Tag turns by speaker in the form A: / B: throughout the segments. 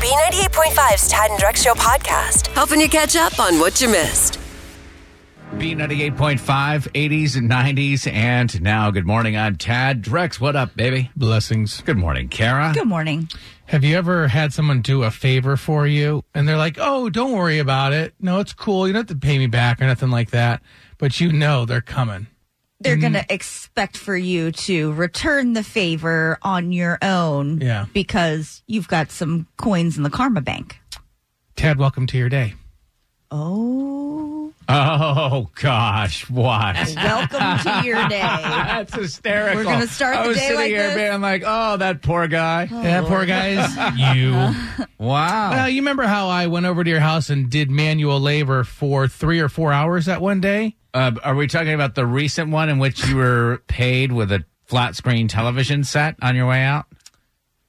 A: B98.5's Tad and Drex Show podcast, helping you catch up on what you missed.
B: B98.5, 80s and 90s, and now good morning. I'm Tad Drex. What up, baby?
C: Blessings.
B: Good morning,
C: Ah.
B: Kara.
D: Good morning.
C: Have you ever had someone do a favor for you and they're like, oh, don't worry about it. No, it's cool. You don't have to pay me back or nothing like that. But you know they're coming.
D: They're going to expect for you to return the favor on your own
C: Yeah.
D: because you've got some coins in the karma bank.
C: Tad, welcome to your day.
D: Oh,
B: Oh, gosh, what?
D: welcome to your day.
B: That's hysterical.
D: We're gonna start
B: I
D: the
B: was
D: day
B: sitting
D: like
B: here
D: this? Oh,
B: being like, oh, that poor guy.
C: Yeah, poor guys. you.
B: Wow.
C: Well, you remember how I went over to your house and did manual labor for three or four hours that one day?
B: Uh, are we talking about the recent one in which you were paid with a flat screen television set on your way out?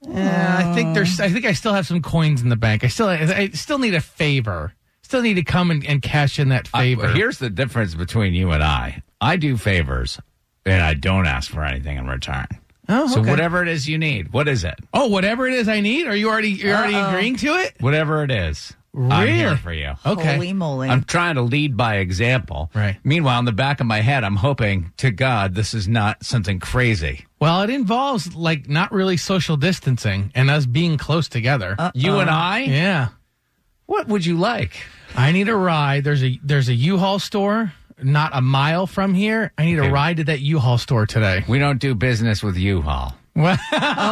C: Yeah, I think there's. I think I still have some coins in the bank. I still. I still need a favor. Still need to come and, and cash in that
B: I-
C: favor.
B: Uh, here's the difference between you and I. I do favors and I don't ask for anything in return.
C: Oh,
B: So
C: okay.
B: whatever it is you need, what is it?
C: Oh, whatever it is I need. Are you already? You're already agreeing to it?
B: Whatever it is, I'm here
C: Really?
B: for you.
C: Okay.
D: Holy moly.
B: I'm trying to lead by example.
C: Right.
B: Meanwhile, in the back of my head, I'm hoping to God this is not something crazy.
C: Well, it involves like not really social distancing and us being close together.
B: You and I?
C: yeah.
B: What would you like?
C: I need a ride. There's a there's a U-Haul store not a mile from here. I need
B: Okay.
C: a ride to that U-Haul store today.
B: We don't do business with U-Haul.
C: Well,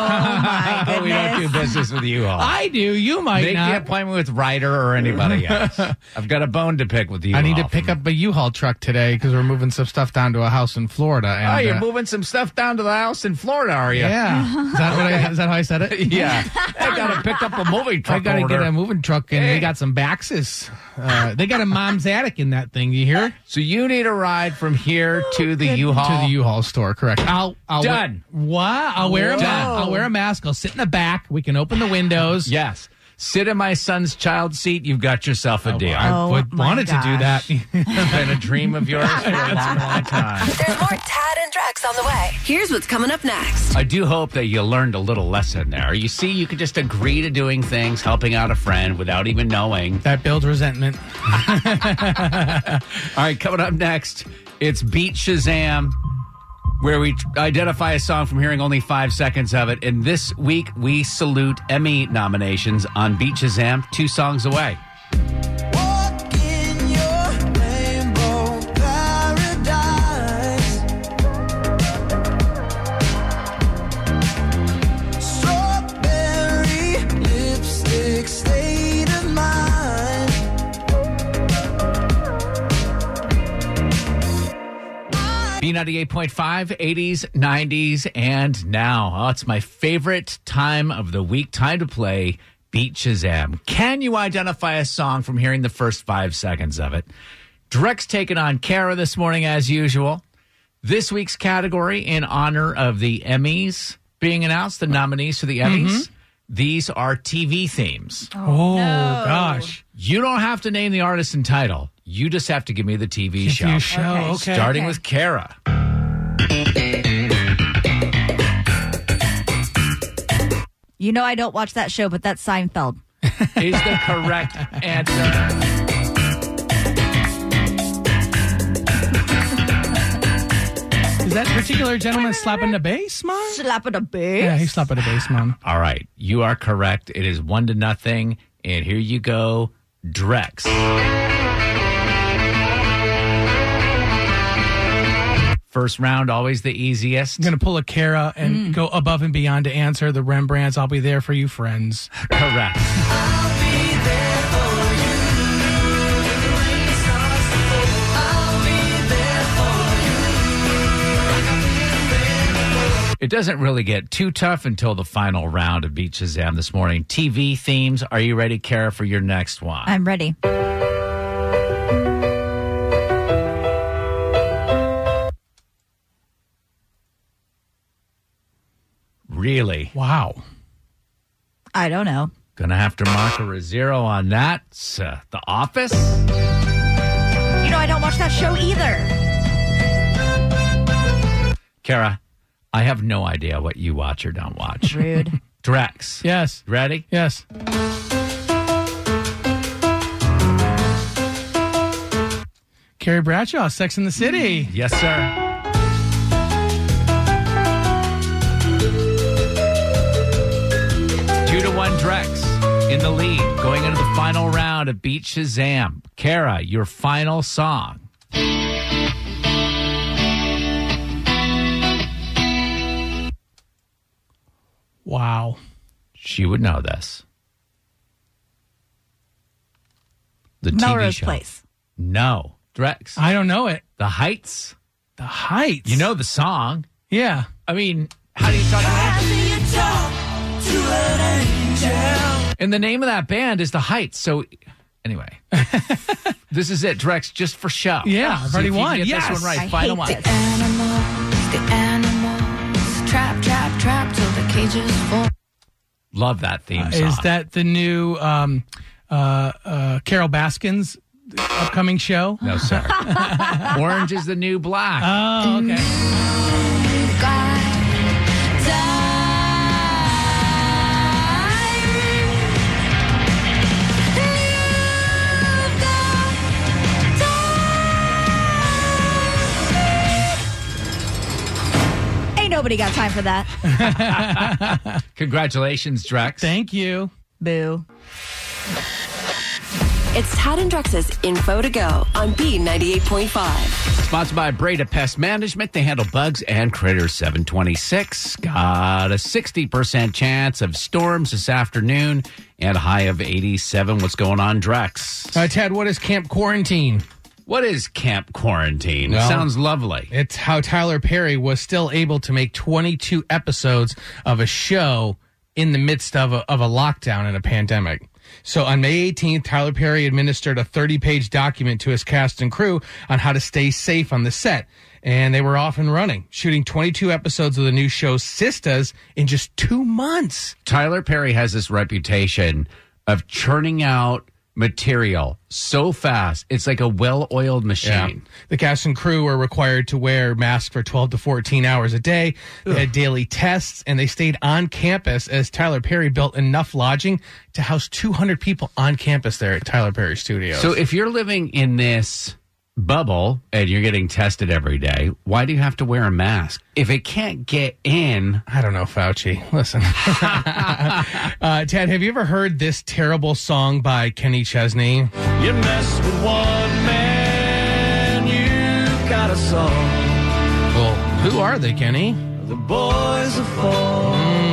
D: My
B: Oh, we don't
D: goodness.
B: do business with U-Haul.
C: I do. You might
B: Make the
C: not.
B: appointment with Ryder or anybody else. I've got a bone to pick with you.
C: I need to pick up a U-Haul truck today because we're moving some stuff down to a house in Florida. And,
B: Oh, you're
C: uh,
B: moving some stuff down to the house in Florida, are you?
C: yeah. Is that what I, is that how I said it?
B: Yeah. I got to pick up a movie truck
C: I gotta
B: order.
C: get a moving truck, and
B: Hey.
C: they got some boxes. Uh, they got a mom's attic in that thing. You hear?
B: So you need a ride from here to the U-Haul.
C: Oh, to the U-Haul store. Correct. I'll, I'll
B: Done.
C: What? I'll wear a mask.
B: Done.
C: I'll wear a mask. I'll sit in the back. We can open the windows.
B: Yes. Sit in my son's child seat. You've got yourself a deal.
C: I
D: Oh,
C: would,
D: my
C: wanted
D: gosh.
C: to do that.
B: It's been a dream of yours for a long, long time.
A: There's more Tad and Drex on the way.
E: Here's what's coming up next.
B: I do hope that you learned a little lesson there. You see, you could just agree to doing things, helping out a friend without even knowing.
C: that builds resentment.
B: All right, coming up next, it's Beat Shazam, where we identify a song from hearing only five seconds of it. And this week, we salute Emmy nominations on Beat Shazam, two songs away.
F: Walk in your rainbow paradise. Strawberry lipstick state of mind.
B: B98.5, 80s, 90s, and now. Oh, it's my favorite time of the week. Time to play Beat Shazam. Can you identify a song from hearing the first five seconds of it? Drex taking on Kara this morning, as usual. This week's category, in honor of the Emmys being announced, the nominees for the Emmys, these are TV themes.
C: Mm-hmm. Oh, gosh.
B: You don't have to name the artist and title. You just have to give me the TV show.
C: You show. Okay.
B: Starting with Kara.
D: You know, I don't watch that show, but that's Seinfeld.
B: is the correct answer.
C: Is that particular gentleman slapping the bass, mom?
D: Slap it a bit.
C: Yeah, he's slapping the bass, mom.
B: All right, you are correct. It is one to nothing, and here you go, Drex. First round, always the easiest.
C: I'm gonna pull a Cara and go above and beyond to answer the Rembrandts. I'll be there for you, friends.
B: Correct. It doesn't really get too tough until the final round of Beat Shazam this morning. TV themes. Are you ready, Kara, for your next one?
D: I'm ready.
B: really?
C: Wow.
D: I don't know.
B: Gonna have to mark her a zero on that. It's, uh, the Office.
D: You know, I don't watch that show either.
B: Kara, I have no idea what you watch or don't watch.
D: Rude.
B: Drex.
C: Yes.
B: Ready?
C: Yes. Carrie Bradshaw, Sex in the City.
B: Yes, sir. Two to one Drex in the lead going into the final round of Beat Shazam. Kara, your final song.
C: Wow.
B: She would know this. The TV
D: Melrose
B: show.
D: Place.
B: No. Drex.
C: I don't know it.
B: the Heights.
C: The Heights.
B: You know the song.
C: Yeah.
B: I mean, how do you talk about And the name of that band is The Heights. So, anyway, this is it, Drex, just for show.
C: Yeah,
B: See
C: I've already
B: if you can
C: won.
B: Get
C: Yes.
B: this one right.
D: I
B: Final
D: hate
B: one.
D: this.
E: The animals trap, trap, trap till the cages full.
B: Love that theme song.
C: Is that the new um, uh, uh, Carol Baskin's upcoming show?
B: no, sir. Orange is the new black.
C: Oh, okay.
E: God,
D: Ain't nobody got time for that.
B: Congratulations, Drex.
C: Thank you.
D: Boo.
A: It's Tad and Drex's info to go on B98.5.
B: Sponsored by Breda Pest Management. They handle bugs and critters 726. Got a 60% chance of storms this afternoon and a high of 87. What's going on, Drex?
C: Uh, Ted, what is Camp Quarantine?
B: What is camp quarantine?
C: Well-
B: Sounds lovely.
C: It's how Tyler Perry was still able to make 22 episodes of a show in the midst of a, of a lockdown and a pandemic. So on May 18th, Tyler Perry administered a 30 page document to his cast and crew on how to stay safe on the set. And they were off and running, shooting 22 episodes of the new show Sistas in just two months.
B: Tyler Perry has this reputation of churning out material so fast. It's like a well oiled machine.
C: The cast and crew were required to wear masks for 12 to 14 hours a day. They had daily tests and they stayed on campus as Tyler Perry built enough lodging to house 200 people on campus there at Tyler Perry Studios.
B: So if you're living in this bubble and you're getting tested every day, why do you have to wear a mask? If it can't get in,
C: I don't know, Fauci. Listen. uh, Ted, have you ever heard this terrible song by Kenny Chesney?
G: You mess with one man, you got a song.
C: Well, who are they, Kenny?
G: The boys are falling.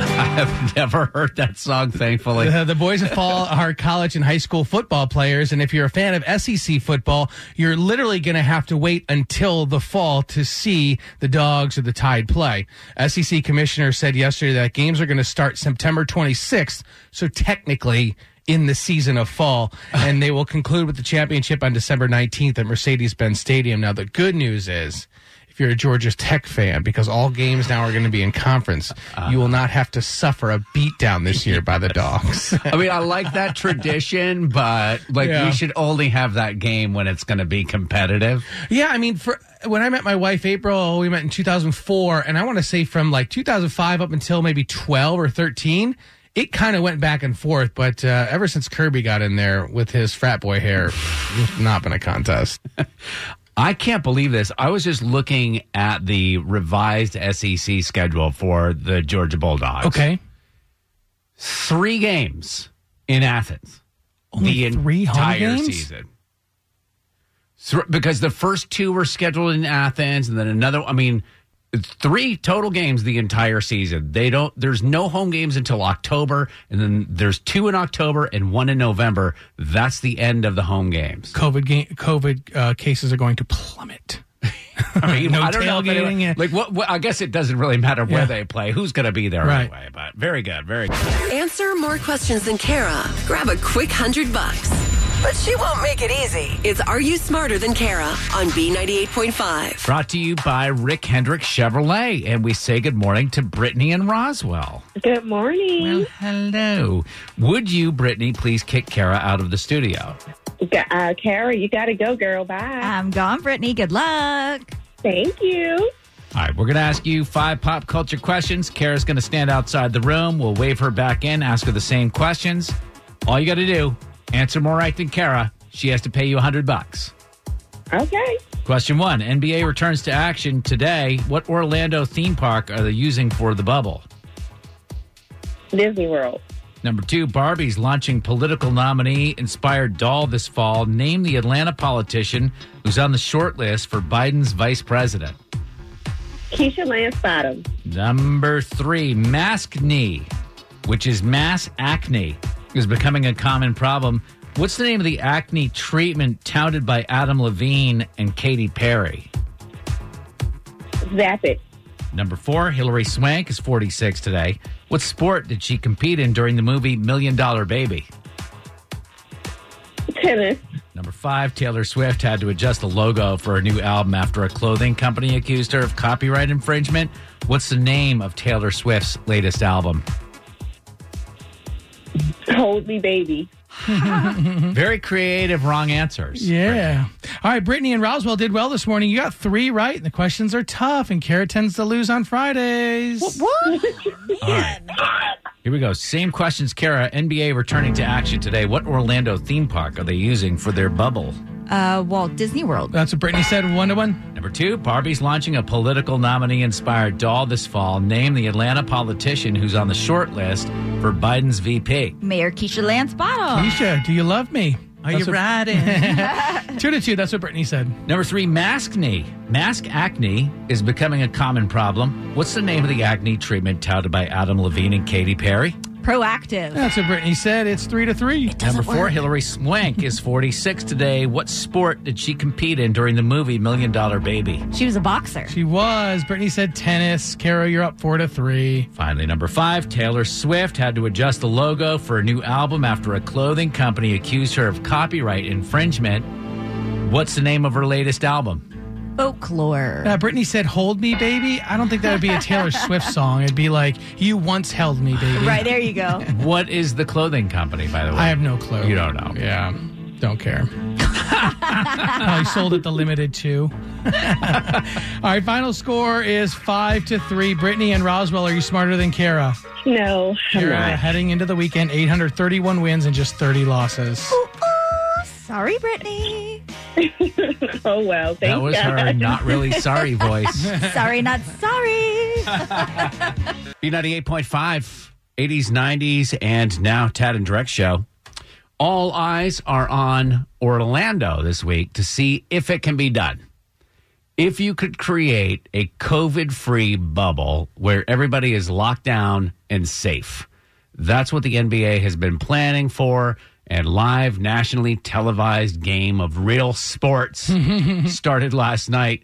B: I have never heard that song, thankfully.
C: Uh, the Boys of Fall are college and high school football players, and if you're a fan of SEC football, you're literally going to have to wait until the fall to see the Dogs or the Tide play. SEC commissioner said yesterday that games are going to start September 26th, so technically in the season of fall, and they will conclude with the championship on December 19th at Mercedes-Benz Stadium. Now, the good news is. If you're a Georgia Tech fan, because all games now are going to be in conference, you will not have to suffer a beatdown this year by the dogs.
B: I mean, I like that tradition, but like
C: Yeah.
B: we should only have that game when it's going to be competitive.
C: Yeah, I mean, for when I met my wife April, oh, we met in 2004, and I want to say from like 2005 up until maybe 12 or 13, it kind of went back and forth. But uh, ever since Kirby got in there with his frat boy hair, it's not been a contest.
B: I can't believe this. I was just looking at the revised SEC schedule for the Georgia Bulldogs. Three games in Athens. the
C: three home
B: entire
C: games?
B: season. Thr- because the first two were scheduled in Athens and then another I mean it's three total games the entire season. They don't there's no home games until October and then there's two in October and one in November. That's the end of the home games.
C: COVID game, COVID uh, cases are going to plummet.
B: I mean,
C: No
B: I don't know. if anyone-
C: tailgating, yeah.
B: like, what, what? I guess it doesn't really matter where
C: Yeah.
B: they play. Who's going to be there
C: Right.
B: anyway? But very good, very good.
A: Answer more questions than Kara. Grab a quick hundred bucks. But she won't make it easy. It's Are You Smarter Than Kara on B98.5.
B: Brought to you by Rick Hendrick Chevrolet, and we say good morning to Brittany and Roswell.
H: Good morning.
B: Well, hello. Would you, Brittany, please kick Kara out of the studio?
H: G- Uh, Kara, you got to go, girl.
B: Uh,
H: Bye.
D: I'm gone, Brittany. Good luck.
H: Thank you.
B: All right, we're going to ask you five pop culture questions. Kara's going to stand outside the room. We'll wave her back in, ask her the same questions. All you got to do, answer more right than Kara. She has to pay you a hundred bucks.
H: Okay.
B: Question one NBA returns to action today. What Orlando theme park are they using for the bubble?
H: Disney World.
B: Number two, Barbie's launching political nominee inspired doll this fall. Name the Atlanta politician who's on the short list for Biden's vice president.
H: Keisha Lance Bottom.
B: Number three, mask knee, which is mass acne, is becoming a common problem. What's the name of the acne treatment touted by Adam Levine and Katy Perry?
H: Zap it.
B: Number four, Hillary Swank is 46 today. What sport did she compete in during the movie Million Dollar Baby?
H: Tennis.
B: Number five, Taylor Swift had to adjust the logo for her new album after a clothing company accused her of copyright infringement. What's the name of Taylor Swift's latest album?
H: Hold me, baby.
B: Very creative, wrong answers.
C: Yeah. All right, Brittany and Roswell did well this morning. You got three right, and the questions are tough, and Kara tends to lose on Fridays.
B: Here we go. Same questions, Kara. NBA returning to action today. What Orlando theme park are they using for their bubble?
D: Uh, Walt Disney World.
C: That's what Brittany said, one to one.
B: Number two, Barbie's launching a political nominee inspired doll this fall. Name the Atlanta politician who's on the short list for Biden's VP.
D: Mayor Keisha Lance Bottom.
C: Keisha, do you love me?
B: Are
C: That's
B: you
C: what-
B: riding?
C: Two to two. That's what Brittany said.
B: Number three, mask knee. Mask acne is becoming a common problem. What's the name of the acne treatment touted by Adam Levine and Katy Perry?
D: Proactive.
C: That's what Brittany said. It's three to three.
B: Number four, Hillary Swank is 46 today. What sport did she compete in during the movie Million Dollar Baby?
D: She was a boxer.
C: She was. Brittany said tennis. Kara, you're up four to three.
B: Finally, number five, Taylor Swift had to adjust the logo for a new album after a clothing company accused her of copyright infringement. What's the name of her latest album?
D: Folklore.
C: Uh, Brittany said, "Hold me, baby." I don't think that would be a Taylor Swift song. It'd be like, "You once held me, baby."
D: Right, there you go.
B: What is the clothing company, by the way?
C: I have no clue.
B: You don't know.
C: Yeah. Don't care. Probably sold at the limited two. All right, final score is five to three. Brittany and Roswell, are you smarter than Kara?
H: No, I'm
C: Kara
H: not.
C: heading into the weekend, 831 wins and just 30 losses.
D: Sorry, Brittany.
H: Oh, well. Thank
B: that was
H: God.
B: her not really sorry voice.
D: Sorry, not sorry.
B: B98.5, 80s, 90s, and now Tad and Direct Show. All eyes are on Orlando this week to see if it can be done. If you could create a COVID free bubble where everybody is locked down and safe, that's what the NBA has been planning for. And live nationally televised game of real sports started last night.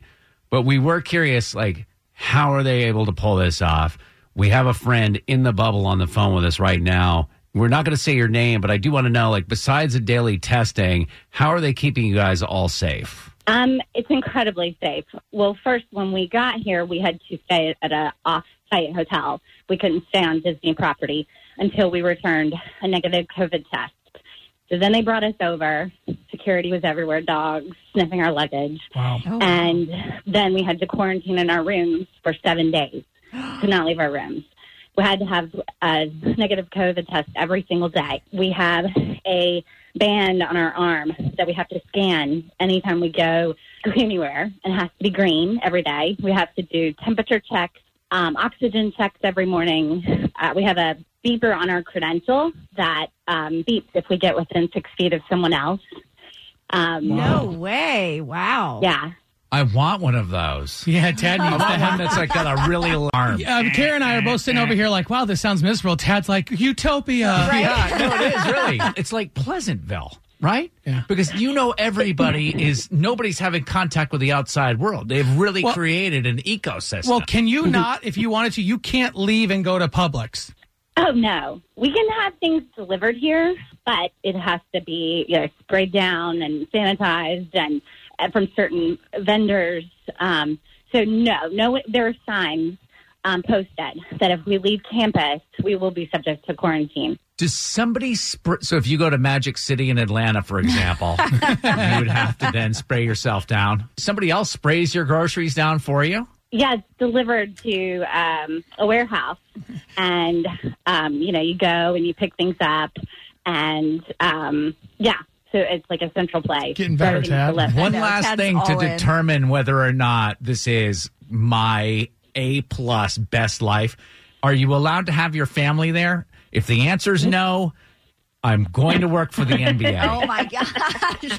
B: But we were curious, like, how are they able to pull this off? We have a friend in the bubble on the phone with us right now. We're not going to say your name, but I do want to know, like, besides the daily testing, how are they keeping you guys all safe?
I: Um, it's incredibly safe. Well, first, when we got here, we had to stay at a off-site hotel. We couldn't stay on Disney property until we returned a negative COVID test. So then they brought us over. Security was everywhere, dogs sniffing our luggage,
C: Wow.
I: and then we had to quarantine in our rooms for seven days to not leave our rooms. We had to have a negative COVID test every single day. We have a band on our arm that we have to scan anytime we go anywhere and it has to be green every day. We have to do temperature checks, um, oxygen checks every morning. Uh, we have a beeper on our credential that um, beeps if we get within six feet of someone else. Um,
D: No way. Wow.
I: Yeah.
B: I want one of those.
C: Yeah, Tad needs
B: I
C: that.
B: want one that's like got a really alarm.
C: Um, Kara and I are both sitting over here like, wow, this sounds miserable. Tad's like, utopia.
B: Yeah, no, it is really. It's like Pleasantville, right?
C: Yeah.
B: Because you know everybody is nobody's having contact with the outside world. They've really
C: Well-
B: created an ecosystem.
C: Well, can you not, if you wanted to, you can't leave and go to Publix.
I: Oh no, we can have things delivered here, but it has to be you know, sprayed down and sanitized and and from certain vendors. Um, so no, no, there are signs um, posted that if we leave campus, we will be subject to quarantine.
B: Does somebody spray? So if you go to Magic City in Atlanta, for example, you would have to then spray yourself down. Somebody else sprays your groceries down for you.
I: Yeah, it's delivered to um, a warehouse, and um, you know you go and you pick things up, and um, yeah, so to it's like a central play.
C: Getting better,
I: So everything's
C: Tad.
I: to
B: One
D: know,
B: last
D: Ted's
B: thing to
D: all in.
B: determine whether or not this is my A plus best life. Are you allowed to have your family there? If the answer is no, I'm going to work for the NBA.
D: Oh my gosh.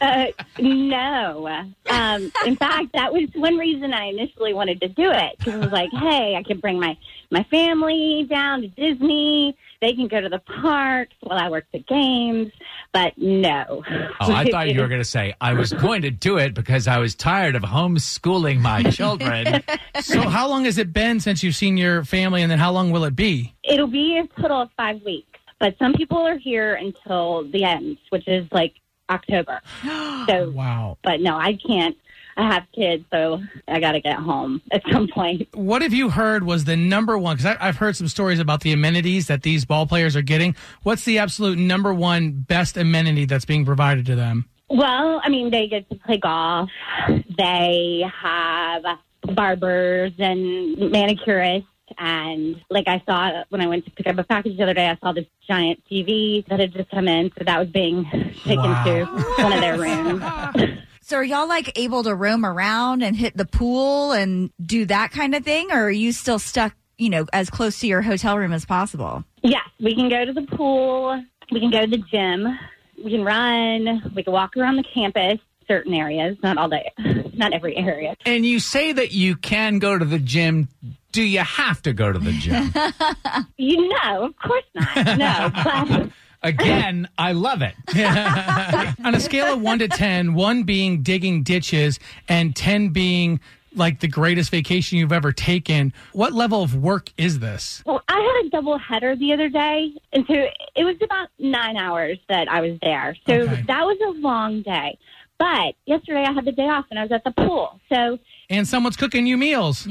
I: Uh, no. Um, in fact, that was one reason I initially wanted to do it because it was like, hey, I can bring my my family down to Disney. They can go to the parks while I work the games. But no.
B: Oh, I thought you were going to say I was going to do it because I was tired of homeschooling my children.
C: So, how long has it been since you've seen your family, and then how long will it be?
I: It'll be a total of five weeks, but some people are here until the end, which is like October. So,
C: Wow.
I: but no, I can't. I have kids, so I got to get home at some point.
C: What have you heard was the number one? Because I've heard some stories about the amenities that these ball players are getting. What's the absolute number one best amenity that's being provided to them?
I: Well, I mean, they get to play golf. They have barbers and manicurists. And like I saw when I went to pick up a package the other day, I saw this giant TV that had just come in. So that was being taken to one of their rooms.
D: so are y'all like able to roam around and hit the pool and do that kind of thing? Or are you still stuck, you know, as close to your hotel room as possible?
I: Yes, we can go to the pool. We can go to the gym. We can run. We can walk around the campus. Certain areas, not all the, not every area.
B: and you say that you can go to the gym. Do you have to go to the gym?
I: You know, of course not. No, but
B: Again, I love it.
C: On a scale of one to ten, one being digging ditches and ten being like the greatest vacation you've ever taken, what level of work is this?
I: Well, I had a double header the other day, and so it was about nine hours that I was there. So
C: Okay.
I: that was a long day. But yesterday I had the day off, and I was at the pool. So
C: And someone's cooking you meals.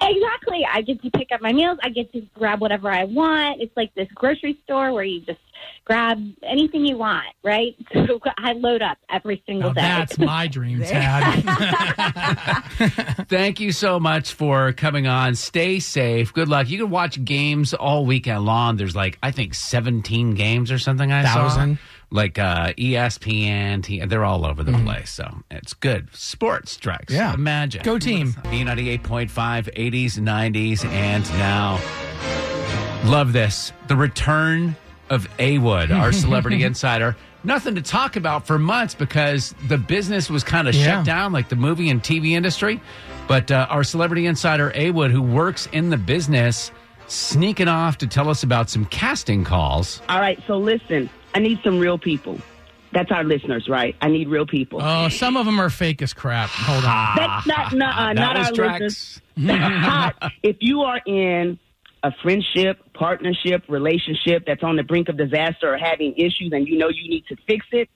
I: exactly, I get to pick up my meals. I get to grab whatever I want. It's like this grocery store where you just grab anything you want, right? So I load up every single
C: Now
I: day.
C: that's my dream, Tad.
B: Thank you so much for coming on. Stay safe. Good luck. You can watch games all weekend long. There's like I think 17 games or something I
C: Thousand.
B: saw. Like uh, ESPN, T- they're all over the place. So it's good. Sports strikes.
C: Yeah.
B: Imagine.
C: Go team.
B: B98.5, 80s, 90s, and now. Love this. The return of A Wood, our celebrity insider. Nothing to talk about for months because the business was kind of
C: Yeah.
B: shut down, like the movie and TV industry. But uh, our celebrity insider, A Wood, who works in the business, sneaking off to tell us about some casting calls.
J: All right, so listen, I need some real people. That's our listeners, right? I need real people.
C: oh, some of them are fake as crap. Hold on.
J: That's not, no, uh,
B: That
J: not
B: was
J: our
B: Drax.
J: listeners. Hot. if you are in a friendship, partnership, relationship that's on the brink of disaster or having issues and you know you need to fix it,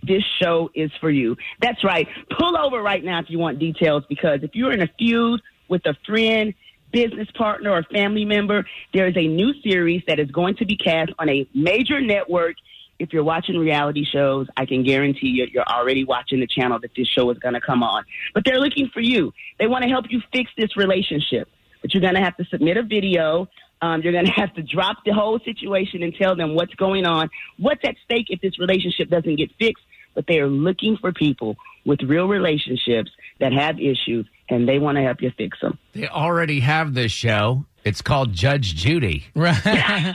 J: this show is for you. That's right. Pull over right now if you want details because if you're in a feud with a friend, business partner, or family member, there is a new series that is going to be cast on a major network. If you're watching reality shows, I can guarantee you, you're already watching the channel that this show is going to come on. But they're looking for you. They want to help you fix this relationship. But you're going to have to submit a video. Um, you're going to have to drop the whole situation and tell them what's going on, what's at stake if this relationship doesn't get fixed. But they are looking for people with real relationships that have issues, and they want to help you fix them.
B: They already have this show. It's called Judge Judy.
C: Right.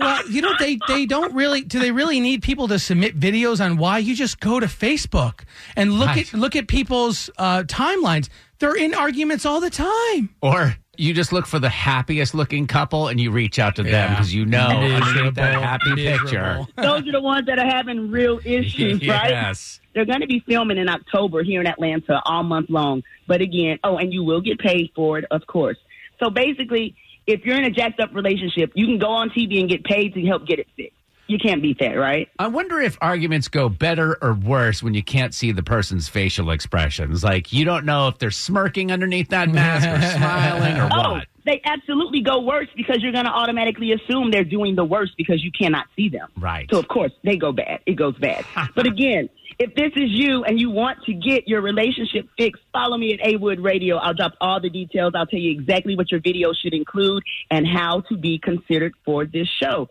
C: well, you know they they don't really do they really need people to submit videos on why you just go to Facebook and look
B: Right.
C: at look at people's uh, timelines. They're in arguments all the time.
B: Or you just look for the happiest looking couple and you reach out to them
C: Yeah.
B: because you know underneath Oh, that
C: Miserable,
B: happy picture.
C: miserable.
J: Those are the ones that are having real issues, right?
B: yes.
J: They're going to be filming in October here in Atlanta all month long. But again, oh, and you will get paid for it, of course. So basically, if you're in a jacked up relationship, you can go on TV and get paid to help get it fixed. You can't beat that, right?
B: I wonder if arguments go better or worse when you can't see the person's facial expressions. Like you don't know if they're smirking underneath that mask or smiling or
J: Oh,
B: what.
J: they absolutely go worse because you're going to automatically assume they're doing the worst because you cannot see them.
B: Right.
J: So of course they go bad. It goes bad. but again, if this is you and you want to get your relationship fixed, follow me at Awood Radio. I'll drop all the details. I'll tell you exactly what your video should include and how to be considered for this show.